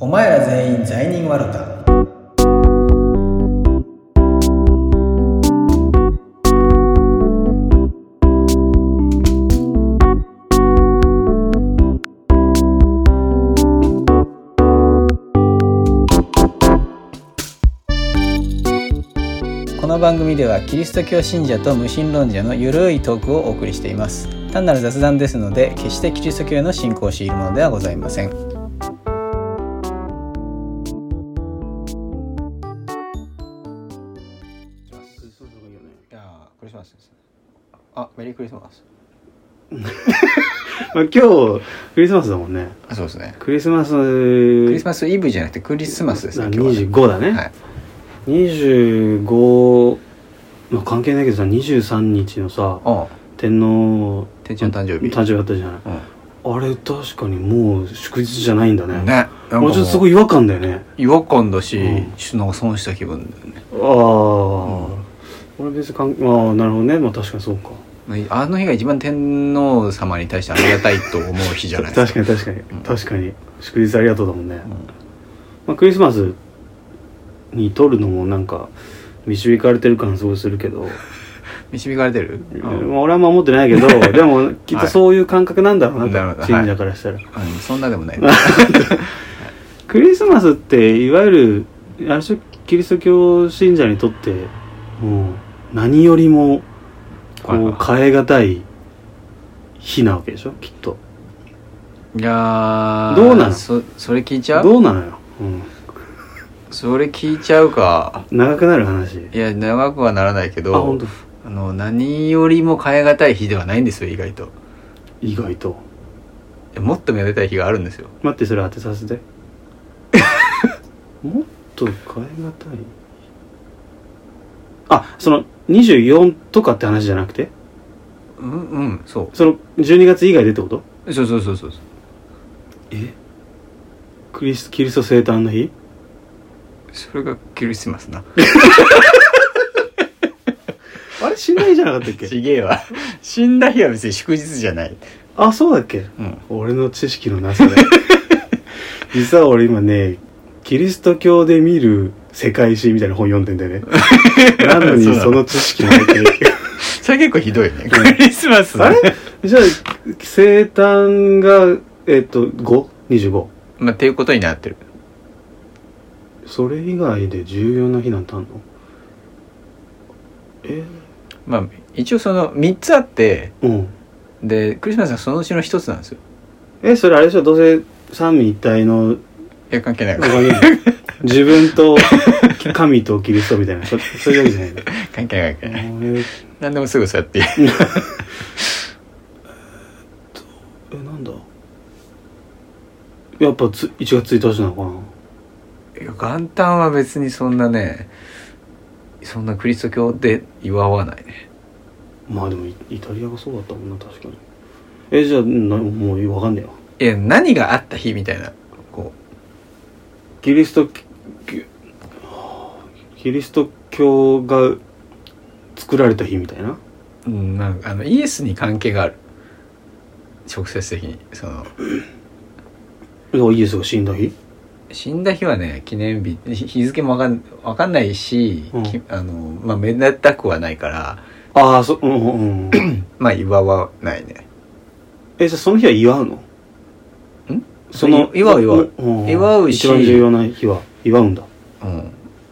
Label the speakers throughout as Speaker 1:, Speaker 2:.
Speaker 1: お前ら全員罪人ワルタこの番組ではキリスト教信者と無神論者のゆるいトークをお送りしています単なる雑談ですので決してキリスト教の信仰を強いるものではございません
Speaker 2: それそれいいよね
Speaker 1: いやークリスマスですねあメリークリスマス
Speaker 2: まあ、今日クリスマスだもんね
Speaker 1: あそうですね
Speaker 2: クリスマス
Speaker 1: ク
Speaker 2: ク
Speaker 1: リスマスイブじゃなくてクリスマスですね今日はね
Speaker 2: 25だね、
Speaker 1: はい、
Speaker 2: 25まあ関係ないけどさ23日のさ
Speaker 1: おう
Speaker 2: 天皇
Speaker 1: 天皇の誕生日
Speaker 2: 誕生日あったじゃないあれ確かにもう祝日じゃないんだ
Speaker 1: う
Speaker 2: ね
Speaker 1: ん、ねなんか
Speaker 2: もうちょっとすご
Speaker 1: い
Speaker 2: い違和感だよね
Speaker 1: 違和感だし、
Speaker 2: うん
Speaker 1: ちょっとなんか損した気分だよね
Speaker 2: ああ、俺別にかんああなるほどねまあ確かにそうか
Speaker 1: あの日が一番天皇様に対してありがたいと思う日じゃないです
Speaker 2: 確
Speaker 1: か
Speaker 2: かに確かに、
Speaker 1: ん
Speaker 2: 確かに祝日ありがとうだもんね、
Speaker 1: うん
Speaker 2: まあ、クリスマスに撮るのもなんか導かれてる感すごいするけど、
Speaker 1: 導かれてる、うん
Speaker 2: まあ、俺は守ってない けどでもきっとそういう感覚なんだろう
Speaker 1: なる
Speaker 2: な
Speaker 1: ほ
Speaker 2: と、
Speaker 1: ど
Speaker 2: 信者からしたら、
Speaker 1: うんそんなでも ない、
Speaker 2: クリスマスっていわゆるある種キリスト教信者にとってもう何よりもこ
Speaker 1: はいう
Speaker 2: 変え難い日なわけでしょきっと
Speaker 1: いやー
Speaker 2: どうなの
Speaker 1: そそれ聞いちゃう
Speaker 2: どうなのよ、うん、
Speaker 1: それ聞いちゃうか
Speaker 2: 長くなる話
Speaker 1: いや長くはならないけ
Speaker 2: あ
Speaker 1: ど
Speaker 2: 本当
Speaker 1: あの何よりも変え難い日ではないんですよ意外と
Speaker 2: 意外と
Speaker 1: もっとめでたい日があるんですよ
Speaker 2: 待ってそれ当てさせ てもっと変え難いあその24とかって話じゃなくて
Speaker 1: うんうんそ
Speaker 2: その12月以外でってこと
Speaker 1: うそうそうそうそう
Speaker 2: えクリスキリスト生誕の日
Speaker 1: それがクリスマスな
Speaker 2: あれ死んだ日じゃなかったっけ
Speaker 1: ちげえわ死んだ日は別に祝日じゃない
Speaker 2: あそうだっけ
Speaker 1: うん
Speaker 2: 俺の知識のなさで 実は俺今ねキリスト教で見る世界史みたいな本読んでんだ よねなのに
Speaker 1: そうなの
Speaker 2: その知識の入ってる
Speaker 1: それ結構ひどいねクリスマス
Speaker 2: あれじゃあ、生誕が、えっと、5?25?
Speaker 1: まあっていうことになってる
Speaker 2: それ以外で重要な日なんてあんのえ
Speaker 1: まあ一応その3つあって
Speaker 2: うん。
Speaker 1: でクリスマスはそのうちの1つなんですよ
Speaker 2: え、それあれでしょどうせ三位一体の、
Speaker 1: いや関係ない
Speaker 2: 他に 自分と、神とキリストみたいな、そそういうわけじゃないの。
Speaker 1: 関係ない関係ない
Speaker 2: え
Speaker 1: 何でもすぐそうやって言う
Speaker 2: え、なんだやっぱつ1月1日なのかない
Speaker 1: や元旦は別にそんなねそんなクリスト教で祝わないね
Speaker 2: まあでもイ、イタリアがそうだったもんな、確かに。え、じゃあ、なもうわかんねえわ。
Speaker 1: いや何があった日みたいなこ
Speaker 2: キリストきキリスト教が作られた日みたいな
Speaker 1: う、うん、なんかあのイエスに関係がある直接的にその
Speaker 2: イエスが死んだ日
Speaker 1: 死んだ日はね記念日日日付もわかんわかんないし、
Speaker 2: うん
Speaker 1: きあのまあ目立たくはないから
Speaker 2: ああそうんうんうん
Speaker 1: まあ祝わないね
Speaker 2: えじゃあその日は祝うのんその
Speaker 1: い祝う祝う
Speaker 2: うん
Speaker 1: 祝うし
Speaker 2: 一番重要な日は祝うんだ
Speaker 1: うん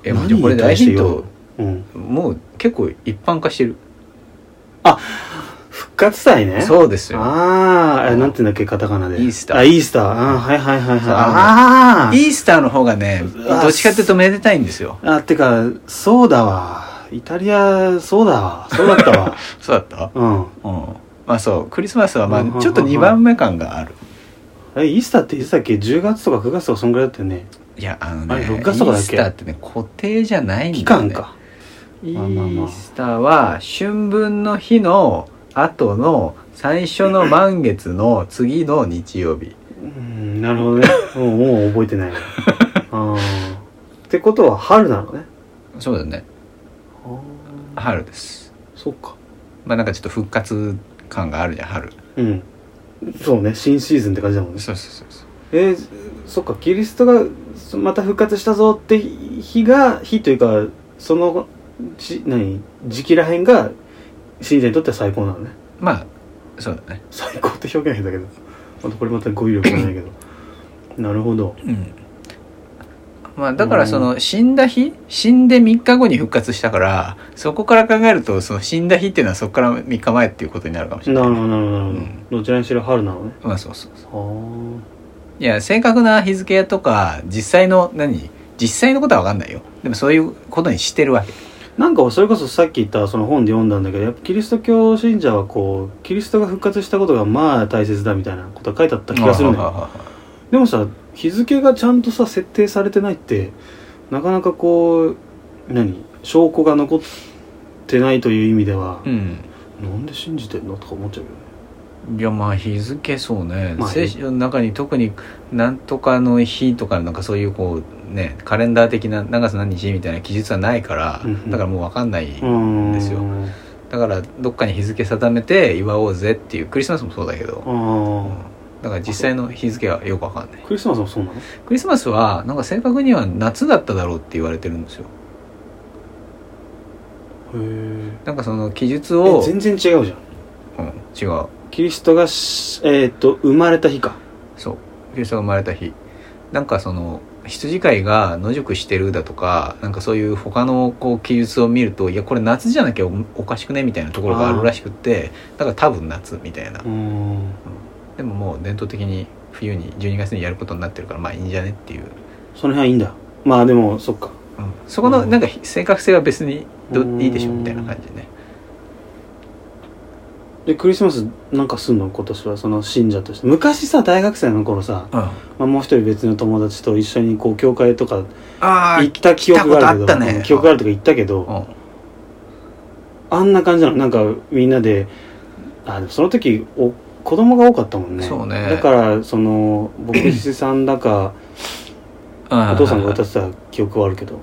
Speaker 1: えもう
Speaker 2: 何
Speaker 1: じゃあこれ大ヒン
Speaker 2: に対して
Speaker 1: ト
Speaker 2: 祝うのうん
Speaker 1: もう結構一般化してる
Speaker 2: 復活祭ねう
Speaker 1: そうですよ
Speaker 2: ああ
Speaker 1: う
Speaker 2: え
Speaker 1: ん
Speaker 2: なんていうんだっけカタカナで
Speaker 1: イースター
Speaker 2: あイースターあーはいはいはいはい
Speaker 1: そう
Speaker 2: あ
Speaker 1: イースターの方がね
Speaker 2: うわ
Speaker 1: どっちかっていうとめでたいんですよ
Speaker 2: ああてかそうだわイタリアそうだわそうだった わ
Speaker 1: そうだった
Speaker 2: うん
Speaker 1: うんまあそうクリスマスはま
Speaker 2: うんうんうん
Speaker 1: あ
Speaker 2: うん
Speaker 1: ちょっと2番目感がある
Speaker 2: えイースターっていつだっけ10月とか9月とかそんぐらいだったよね
Speaker 1: いやあの
Speaker 2: あ
Speaker 1: ね
Speaker 2: れ
Speaker 1: イ
Speaker 2: 6
Speaker 1: ー
Speaker 2: 月とかだっけ
Speaker 1: スターってね固定じゃないんだよ、ね、
Speaker 2: 期間か
Speaker 1: イ
Speaker 2: まあまあまあ
Speaker 1: ースターは春分の日の後の最初の満月の次の日曜日
Speaker 2: うんなるほどねもうもう覚え てないなあーってことは春なのね
Speaker 1: そうだね
Speaker 2: あー
Speaker 1: 春です
Speaker 2: そっか
Speaker 1: まあなんかちょっと復活感があるじゃん春
Speaker 2: うんそうね新シーズンって感じだもんね
Speaker 1: そうそうそうそう
Speaker 2: えーそっかキリストがそまた復活したぞって日が日というかそのじ何時期らへんが信者にとっては最高なのね
Speaker 1: まあそうだね
Speaker 2: 最高って表現変だけどまたこれまた語彙力が ないけどなるほど
Speaker 1: うんまあだからその死んだ日死んで3日後に復活したからそこから考えるとその死んだ日っていうのはそこから3日前っていうことになるかもしれ
Speaker 2: な
Speaker 1: な
Speaker 2: る
Speaker 1: い
Speaker 2: ほどなるほどなるほど、どちらにしろ春なのね
Speaker 1: まあそうそうそう
Speaker 2: はい
Speaker 1: や正確な日付とか実際の何実際のことは分かんないよでもそういうことにしてるわけ
Speaker 2: あなんかそれこそさっき言ったその本で読んだんだけどやっぱキリスト教信者はこうキリストが復活したことがまあ大切だみたいなことが書いてあった気がするんだよ
Speaker 1: あ
Speaker 2: でもさ日付がちゃんとさ設定されてないってなかなかこう何証拠が残ってないという意味では
Speaker 1: う、ん
Speaker 2: なんで信じてんのとか思っちゃうけどね
Speaker 1: いやまあ日付そうね、
Speaker 2: まあ
Speaker 1: 聖書の中に特になんとかの日とかなんかそういうこうねカレンダー的な長さ何日みたいな記述はないから、
Speaker 2: うんうん
Speaker 1: だからもう分かんない、
Speaker 2: うん
Speaker 1: ですよだからどっかに日付定めて祝おうぜっていうクリスマスもそうだけど、うん
Speaker 2: あ
Speaker 1: だから実際の日付はよく分かんない
Speaker 2: あクリスマスもそうなの
Speaker 1: クリスマスはなんか正確には夏だっただろうって言われてるんですよ
Speaker 2: へ
Speaker 1: なんかその記述
Speaker 2: え
Speaker 1: を、
Speaker 2: 全然違うじゃん
Speaker 1: うん、違う
Speaker 2: キリストがしえーっと生まれた日か
Speaker 1: そうキリストが生まれた日なんかその羊飼いが野宿してるだとかなんかそういう他のこう記述を見るといやこれ夏じゃなきゃおおかしくねみたいなところがあるらしくってだから多分夏みたいな
Speaker 2: うん
Speaker 1: でももう伝統的に冬に12月にやることになってるからまあいいんじゃねっていう、
Speaker 2: その辺はいいんだまあでもそっか
Speaker 1: うんそこの
Speaker 2: うん
Speaker 1: なんか正確性は別にど
Speaker 2: うん
Speaker 1: いいでしょみたいな感じね
Speaker 2: でクリスマスなんかすんの今年はその信者として昔さ大学生の頃さ、
Speaker 1: うんあ
Speaker 2: まあ、もう一人別の友達と一緒にこう教会とか
Speaker 1: あ
Speaker 2: 行った記憶があ
Speaker 1: 来
Speaker 2: るけ
Speaker 1: た
Speaker 2: ど、
Speaker 1: ことあったね
Speaker 2: 記憶があるとか行ったけど、あんな感じなのなんかみんなであでもその時お子供が多かったもんね
Speaker 1: そうね
Speaker 2: だからその牧師さんだかお父さんが渡
Speaker 1: 私
Speaker 2: してた記憶はあるけど、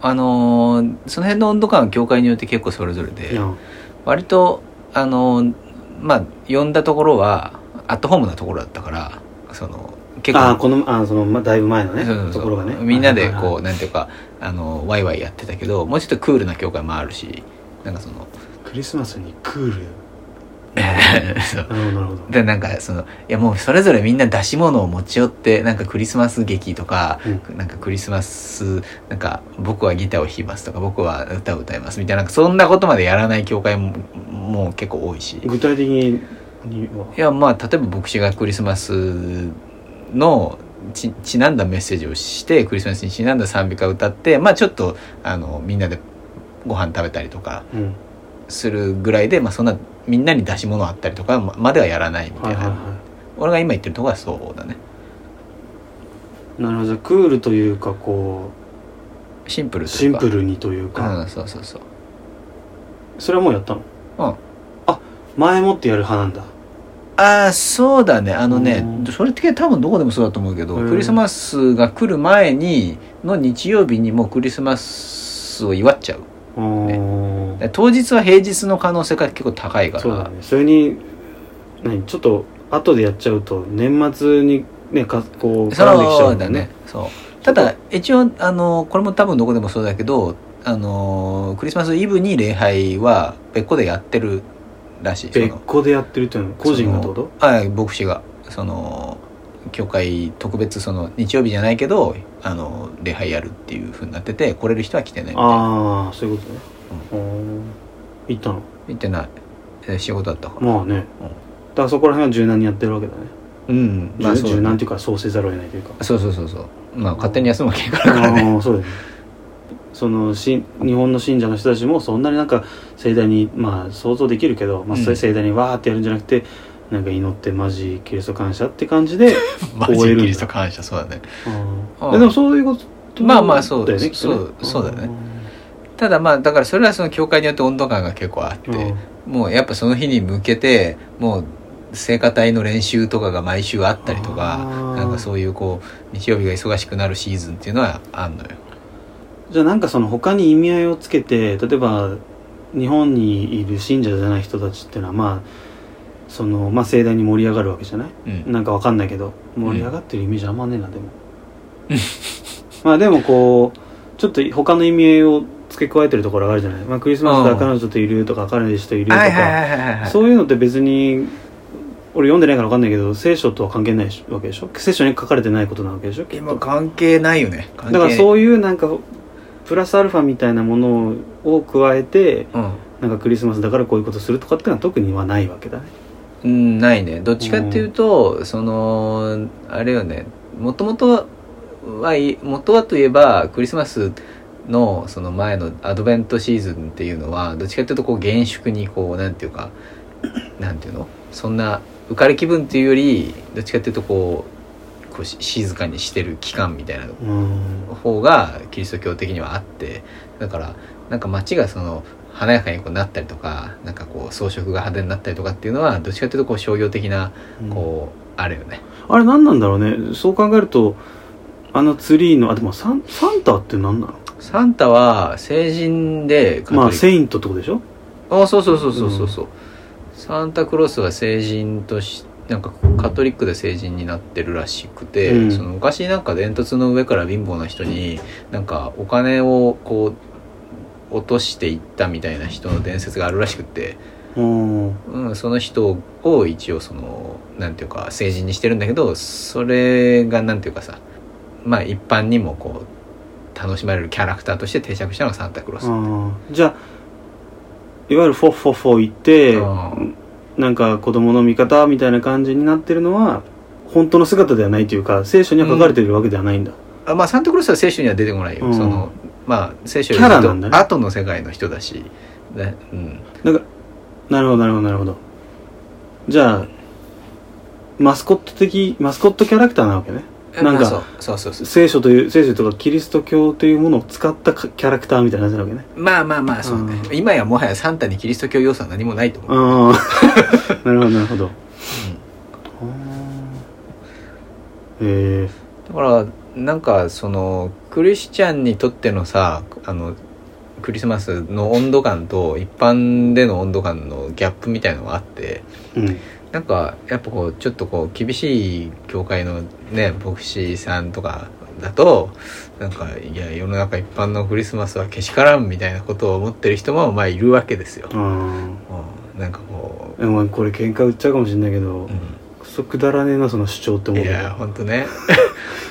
Speaker 1: あのーその辺の温度感は教会によって結構それぞれで、
Speaker 2: うん
Speaker 1: 割とあのまあ呼んだところはアットホームなところだったからその結
Speaker 2: ああ
Speaker 1: 構
Speaker 2: このあーその、ま、だいぶ前のね
Speaker 1: そうそうそう
Speaker 2: ところがね
Speaker 1: みんなで
Speaker 2: はいはい
Speaker 1: こ
Speaker 2: は
Speaker 1: うなんていうかあのワイワイやってたけどもうちょっとクールな教会もあるしなんかその
Speaker 2: いクリスマスにクール
Speaker 1: そう
Speaker 2: なるほどなるほど
Speaker 1: でなんかそのいやもうそれぞれみんな出し物を持ち寄ってなんかクリスマス劇とか、なんかクリスマスなんか僕はギターを弾きますとか僕は歌を歌いますみたいななんかそんなことまでやらない教会ももう結構多いし
Speaker 2: 具体的にはい
Speaker 1: やまあ例えば牧師がクリスマスのちちなんだメッセージをしてクリスマスにちなんだ賛美歌を歌ってまあちょっとあのみんなでご飯食べたりとか
Speaker 2: うん
Speaker 1: するぐらいで、まあ、そんなみんなに出し物あったりとかままではやらないみた
Speaker 2: は
Speaker 1: い
Speaker 2: い
Speaker 1: な、
Speaker 2: はいは
Speaker 1: 俺が今言ってるとこはそうだね
Speaker 2: いなるほどクールというかこ
Speaker 1: シンプル
Speaker 2: う
Speaker 1: と
Speaker 2: シ
Speaker 1: いう
Speaker 2: ン
Speaker 1: か
Speaker 2: プルにというか、
Speaker 1: うんそうそうそう
Speaker 2: それはもうやったの
Speaker 1: うん
Speaker 2: あ前もってやる派なんだ
Speaker 1: ああそうだねあのね
Speaker 2: うん
Speaker 1: それって多分どこでもそうだと思うけど
Speaker 2: うん
Speaker 1: クリスマスが来る前にの日曜日にもうクリスマスを祝っちゃう
Speaker 2: うーん
Speaker 1: で当日は平日の可能性が結構高いから
Speaker 2: そうだねそれに何ちょっと後でやっちゃうと年末にねかこう
Speaker 1: そ
Speaker 2: 絡んできちゃう
Speaker 1: うんだねそうただ一応あのこれも多分どこでもそうだけどあのクリスマスイブに礼拝は別個でやってるらしいそ
Speaker 2: 別
Speaker 1: の
Speaker 2: 個でやってるっていうのは個人がってこと
Speaker 1: あ牧師がその教会特別その日曜日じゃないけどあの礼拝やるっていうふうになってて来れる人は来てないみたいな
Speaker 2: ああそういうことねおー行ったの
Speaker 1: 行ってないえ仕事だったから
Speaker 2: まあ
Speaker 1: うん
Speaker 2: ねだからそこら辺は柔軟にやってるわけだね
Speaker 1: うんまあ
Speaker 2: 柔
Speaker 1: そう
Speaker 2: 柔
Speaker 1: だ
Speaker 2: 軟
Speaker 1: ね
Speaker 2: というかそうせざるを得ないというか
Speaker 1: そうそうそうそうまあ勝手に休むわけいかないからね
Speaker 2: ああそうだよねそのし日本の信者の人たちもそんなになんか盛大にまあ想像できるけど、まあ、
Speaker 1: うん
Speaker 2: そういう盛大にわーってやるんじゃなくて、なんか祈ってマジキリスト感謝って感じで
Speaker 1: マジキリスト感謝そうだね
Speaker 2: あ
Speaker 1: う
Speaker 2: あ
Speaker 1: ん
Speaker 2: でもそういうこと
Speaker 1: まあまあそう
Speaker 2: だよね
Speaker 1: そう
Speaker 2: きっと
Speaker 1: そうだよねただまあだからそれはその教会によって温度感が結構あっ
Speaker 2: うん
Speaker 1: てもうやっぱその日に向けてもう聖歌隊の練習とかが毎週あったりとか
Speaker 2: あー
Speaker 1: なんかそういうこう日曜日が忙しくなるシーズンっていうのはあんのよ
Speaker 2: じゃあなんかその他に意味合いをつけて例えば日本にいる信者じゃない人たちっていうのはまあその、まあ、盛大に盛り上がるわけじゃない
Speaker 1: うん
Speaker 2: なんかわかんないけど盛り上がってるイメージあんまねえなで もまあでもこうちょっと他の意味合いを付け加えてるところがあるじゃない、まあ、クリスマスだから彼女といるとか彼氏といると
Speaker 1: はいはいは
Speaker 2: か
Speaker 1: いはいはい
Speaker 2: そういうのって別に俺読んでないからわかんないけど聖書とは関係ないわけでしょ聖書に書かれてないことなわけでしょきっ
Speaker 1: 今
Speaker 2: と
Speaker 1: 関係ないよね関係
Speaker 2: だから
Speaker 1: う
Speaker 2: そういうなんかプラスアルファみたいなものを加えて
Speaker 1: うん
Speaker 2: なんかクリスマスだからこういうことするとかっていうのは特にはないわけだね
Speaker 1: うんないねどっちかっていうと、そのあれよねもともとはい元はといえばクリスマスのその前のアドベントシーズンっていうのはどっちかっていうとこう厳粛にこうなんていうかなんていうのそんな浮かれ気分っていうよりどっちかっていうとこうこうし静かにしてる期間みたいな
Speaker 2: うん
Speaker 1: 方がキリスト教的にはあってだからなんか街がその華やかにこうなったりとかなんかこう装飾が派手になったりとかっていうのはどっちかっていうとこう商業的なこう、あるよね
Speaker 2: あれ何なんだろうねそう考えるとあのツリーのあでもサンサンタって何なの
Speaker 1: サンタは成人でカトリック
Speaker 2: まあセイントってことでしょ
Speaker 1: あそうそうそうそうそうそう、サンタクロスは成人としなんかカトリックで成人になってるらしくて、
Speaker 2: うん
Speaker 1: その昔なんか煙突の上から貧乏な人になんかお金をこう落としていったみたいな人の伝説があるらしくって
Speaker 2: うん
Speaker 1: うん、その人を一応そのなんていうか成人にしてるんだけどそれがなんていうかさまあ一般にもこう楽しまれるキャラクターとして定着したのがサンタクロス。
Speaker 2: あーじゃあいわゆるフォッフォッフォ言って
Speaker 1: うん
Speaker 2: なんか子供の味方みたいな感じになってるのは本当の姿ではないというか聖書には書かれてるわけではないんだ、
Speaker 1: あまあサンタクロスは聖書には出てこないよ、
Speaker 2: うん
Speaker 1: そのまあ聖書よ
Speaker 2: キャラなんだ
Speaker 1: り
Speaker 2: ね
Speaker 1: と後の世界の人だし、ねうん、
Speaker 2: なるほどなるほどなるほどじゃあマスコット的マスコットキャラクターなわけねなんか
Speaker 1: まあそうそうそうそう
Speaker 2: 聖書という聖書とかキリスト教というものを使ったかキャラクターみたいな感じなわけね
Speaker 1: まあまあまあそうね、
Speaker 2: う
Speaker 1: 今やもはやサンタにキリスト教要素は何もないと思う、
Speaker 2: あ あなるほどなるほど、へえ
Speaker 1: だからなんかそのクリスチャンにとってのさあのクリスマスの温度感と一般での温度感のギャップみたいのがあって
Speaker 2: うん
Speaker 1: なんかやっぱこうちょっとこう厳しい教会のね牧師さんとかだとなんかいや世の中一般のクリスマスはけしからんみたいなことを思ってる人もまあいるわけですよ。
Speaker 2: あ
Speaker 1: うん、なんかこ
Speaker 2: あお前これ喧嘩売っちゃうかもしれないけど、
Speaker 1: う、う
Speaker 2: クソくだらねえなその主張って
Speaker 1: ん、
Speaker 2: 思う
Speaker 1: い
Speaker 2: けど
Speaker 1: やほんとね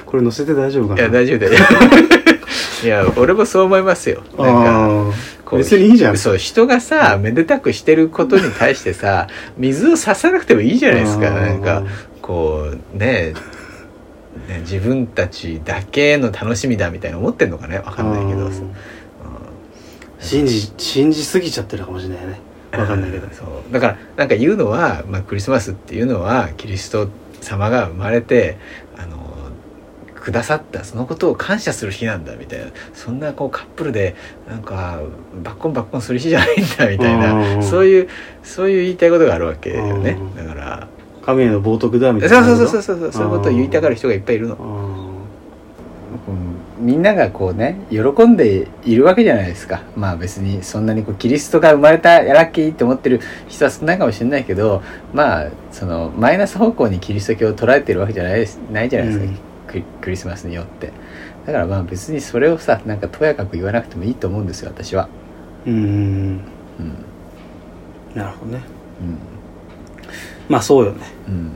Speaker 2: これ載せて大丈夫か
Speaker 1: い
Speaker 2: な
Speaker 1: や大丈夫だよ いや俺もそう思いますよ。なんか
Speaker 2: あ
Speaker 1: こ
Speaker 2: あ
Speaker 1: う
Speaker 2: 別にいいじゃん
Speaker 1: そう人がさめでたくしてることに対して さ水を差さなくてもいいじゃないですかなんかこうねね自分たちだけの楽しみだみたいな思ってんのかねわかんないけどさ、
Speaker 2: あ
Speaker 1: う
Speaker 2: ー信じ信じすぎちゃってるかもしれないねわかんないけど
Speaker 1: そうだからなんか言うのは、まあ、クリスマスっていうのはキリスト様が生まれてあのくださったそのことを感謝する日なんだみたいなそんなこうカップルでなんかバッコンバッコンする日じゃないんだみたいなそう
Speaker 2: う
Speaker 1: いうそういう言いたいことがあるわけよね
Speaker 2: うん
Speaker 1: だから
Speaker 2: 神への冒涜だみた
Speaker 1: そう
Speaker 2: いな
Speaker 1: そうそうそううそうそういうことを言いたがる人がいっぱいいるの、みんながこうね喜んでいるわけじゃないですかまあ別にそんなにこうキリストが生まれたラッキーって思ってる人は少ないかもしれないけどまあそのマイナス方向にキリスト教を捉えてるわけじゃないですないじゃないですか、
Speaker 2: うん
Speaker 1: ククリスマスによってだからまあ別にそれをさなんかとやかく言わなくてもいいと思うんですよ私は
Speaker 2: うんうん
Speaker 1: うん
Speaker 2: なるほどね
Speaker 1: うん
Speaker 2: まあそうよね
Speaker 1: うん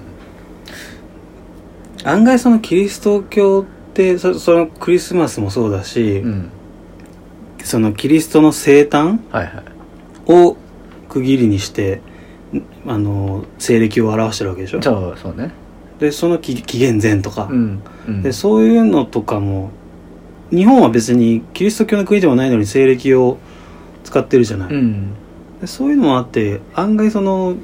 Speaker 2: 案外そのキリスト教ってそそのクリスマスもそうだし、
Speaker 1: うん
Speaker 2: そのキリストの生誕
Speaker 1: はいはい
Speaker 2: を区切りにしてんあの西暦を表してるわけでしょ
Speaker 1: そうそうね
Speaker 2: でその紀紀元前とか、
Speaker 1: うんうん
Speaker 2: でそういうのとかも日本は別にキリスト教の国ではないのに西暦を使ってるじゃない、
Speaker 1: うん
Speaker 2: でそういうのもあって案外その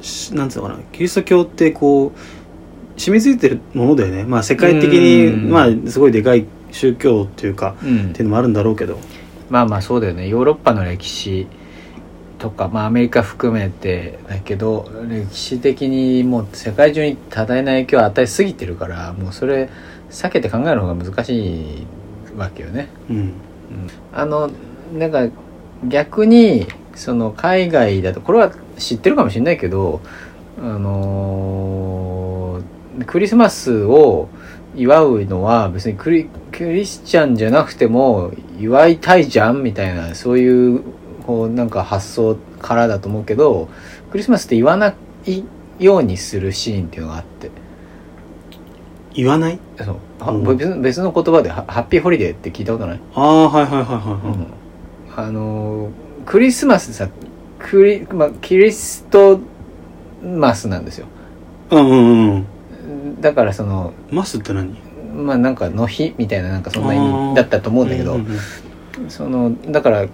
Speaker 2: しなんつうのかなキリスト教ってこう染みついてるものだよねまあ世界的に
Speaker 1: うん
Speaker 2: まあすごいでかい宗教っていうか
Speaker 1: うん
Speaker 2: っていうのもあるんだろうけど
Speaker 1: まあまあそうだよねヨーロッパの歴史とか、まあ、アメリカ含めてだけど歴史的にもう世界中に多大な影響を与えすぎてるからもうそれ避けて考える方が難しいわけよね。
Speaker 2: うん
Speaker 1: あのなんか逆にその海外だとこれは知ってるかもしれないけど、あのークリスマスを祝うのは別にクリクリスチャンじゃなくても祝いたいじゃんみたいなそういうこうなんか発想からだと思うけどクリスマスって言わないようにするシーンっていうのがあって
Speaker 2: 言わない
Speaker 1: そうは
Speaker 2: うん
Speaker 1: 別の別の言葉でハハッピーホリデーって聞いたことない
Speaker 2: ああはいはいはいはいはい、
Speaker 1: あのークリスマスさクリ,、まあ、キリストマスなんですよ
Speaker 2: うんうんうん
Speaker 1: だからその
Speaker 2: マスって何
Speaker 1: まあなんかの日みたいななんかそんな意
Speaker 2: あー
Speaker 1: 味だったと思うんだけど、
Speaker 2: うんうん
Speaker 1: そのだから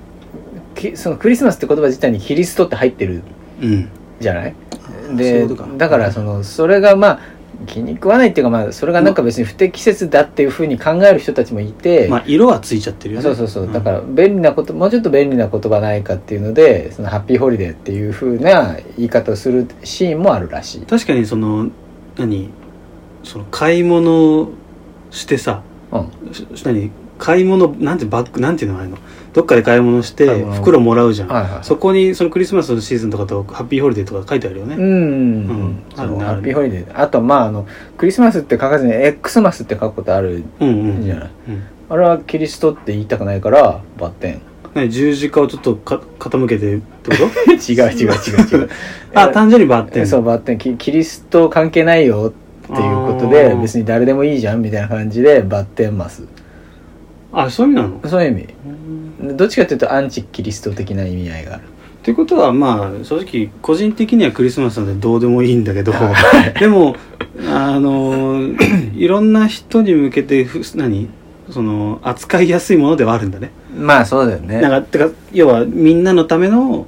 Speaker 1: きそのクリスマスって言葉自体にキリストって入ってる
Speaker 2: うんうん
Speaker 1: じゃない
Speaker 2: ーそうい
Speaker 1: で
Speaker 2: うことか
Speaker 1: だからそのそれがまあ気に食わないっていうかまあそれがなんか別に不適切だっていうふうに考える人たちもいて、
Speaker 2: まあ色はついちゃってるよね
Speaker 1: そうそうそう、
Speaker 2: ん
Speaker 1: だから便利なこともうちょっと便利な言葉ないかっていうのでそのハッピーホリデーっていう風な言い方をするシーンもあるらしい、
Speaker 2: 確かにその何その買い物してさ
Speaker 1: うん、
Speaker 2: し何買い物なんてバッグなんていうのあれのどっかで買い物して
Speaker 1: 買い物
Speaker 2: 袋もらうじゃん、
Speaker 1: はいはい
Speaker 2: そこにそのクリスマスのシーズンとかとハッピーホリデーとか書いてあるよね、
Speaker 1: うんうん、う
Speaker 2: うん
Speaker 1: ん、そう
Speaker 2: あるね
Speaker 1: ハッピーホリデーあとまああのクリスマスって書かずにエックスマスって書くことある
Speaker 2: うん、うんうん
Speaker 1: じゃない、
Speaker 2: うん
Speaker 1: あれはキリストって言いたくないからバッテン
Speaker 2: 何十字架をちょっとか傾けてってこ
Speaker 1: 違う違う違う違 う
Speaker 2: と あ単純にバッテン
Speaker 1: そうバッテンキキリスト関係ないよっていうことで
Speaker 2: あー
Speaker 1: 別に誰でもいいじゃんみたいな感じでバッテンマス
Speaker 2: あそういう意味なの
Speaker 1: そういう意味
Speaker 2: うん
Speaker 1: どっちかというとアンチキリスト的な意味合いがある。
Speaker 2: ってことはまあ正直個人的にはクリスマスなんてどうでもいいんだけどでもあ のーいろんな人に向けてふ何その扱いやすいものではあるんだね
Speaker 1: まあそうだよね。
Speaker 2: なんかてか要はみんなのための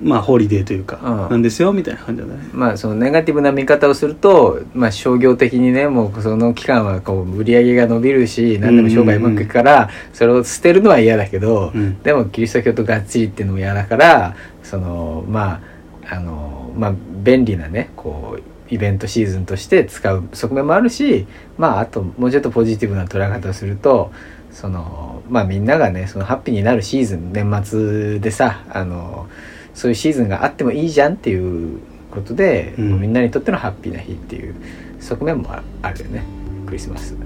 Speaker 2: まあホリデーというか、
Speaker 1: うん
Speaker 2: なんですよみたいな感じだね
Speaker 1: まあそのネガティブな見方をすると、まあ商業的にね、もうその期間はこう売り上げが伸びるし、何でも商売うまくいくから、それを捨てるのは嫌だけど、
Speaker 2: うん
Speaker 1: でもキリスト教とがっちりっていうのも嫌だから、そのまあ、あの、まあ便利なね、こう、イベントシーズンとして使う側面もあるし、まああともうちょっとポジティブな捉え方をすると、そのまあみんながねそのハッピーになるシーズン年末でさあのそういうシーズンがあってもいいじゃんっていうことで、
Speaker 2: うん
Speaker 1: もうみんなにとってのハッピーな日っていう側面もああるよねクリスマス。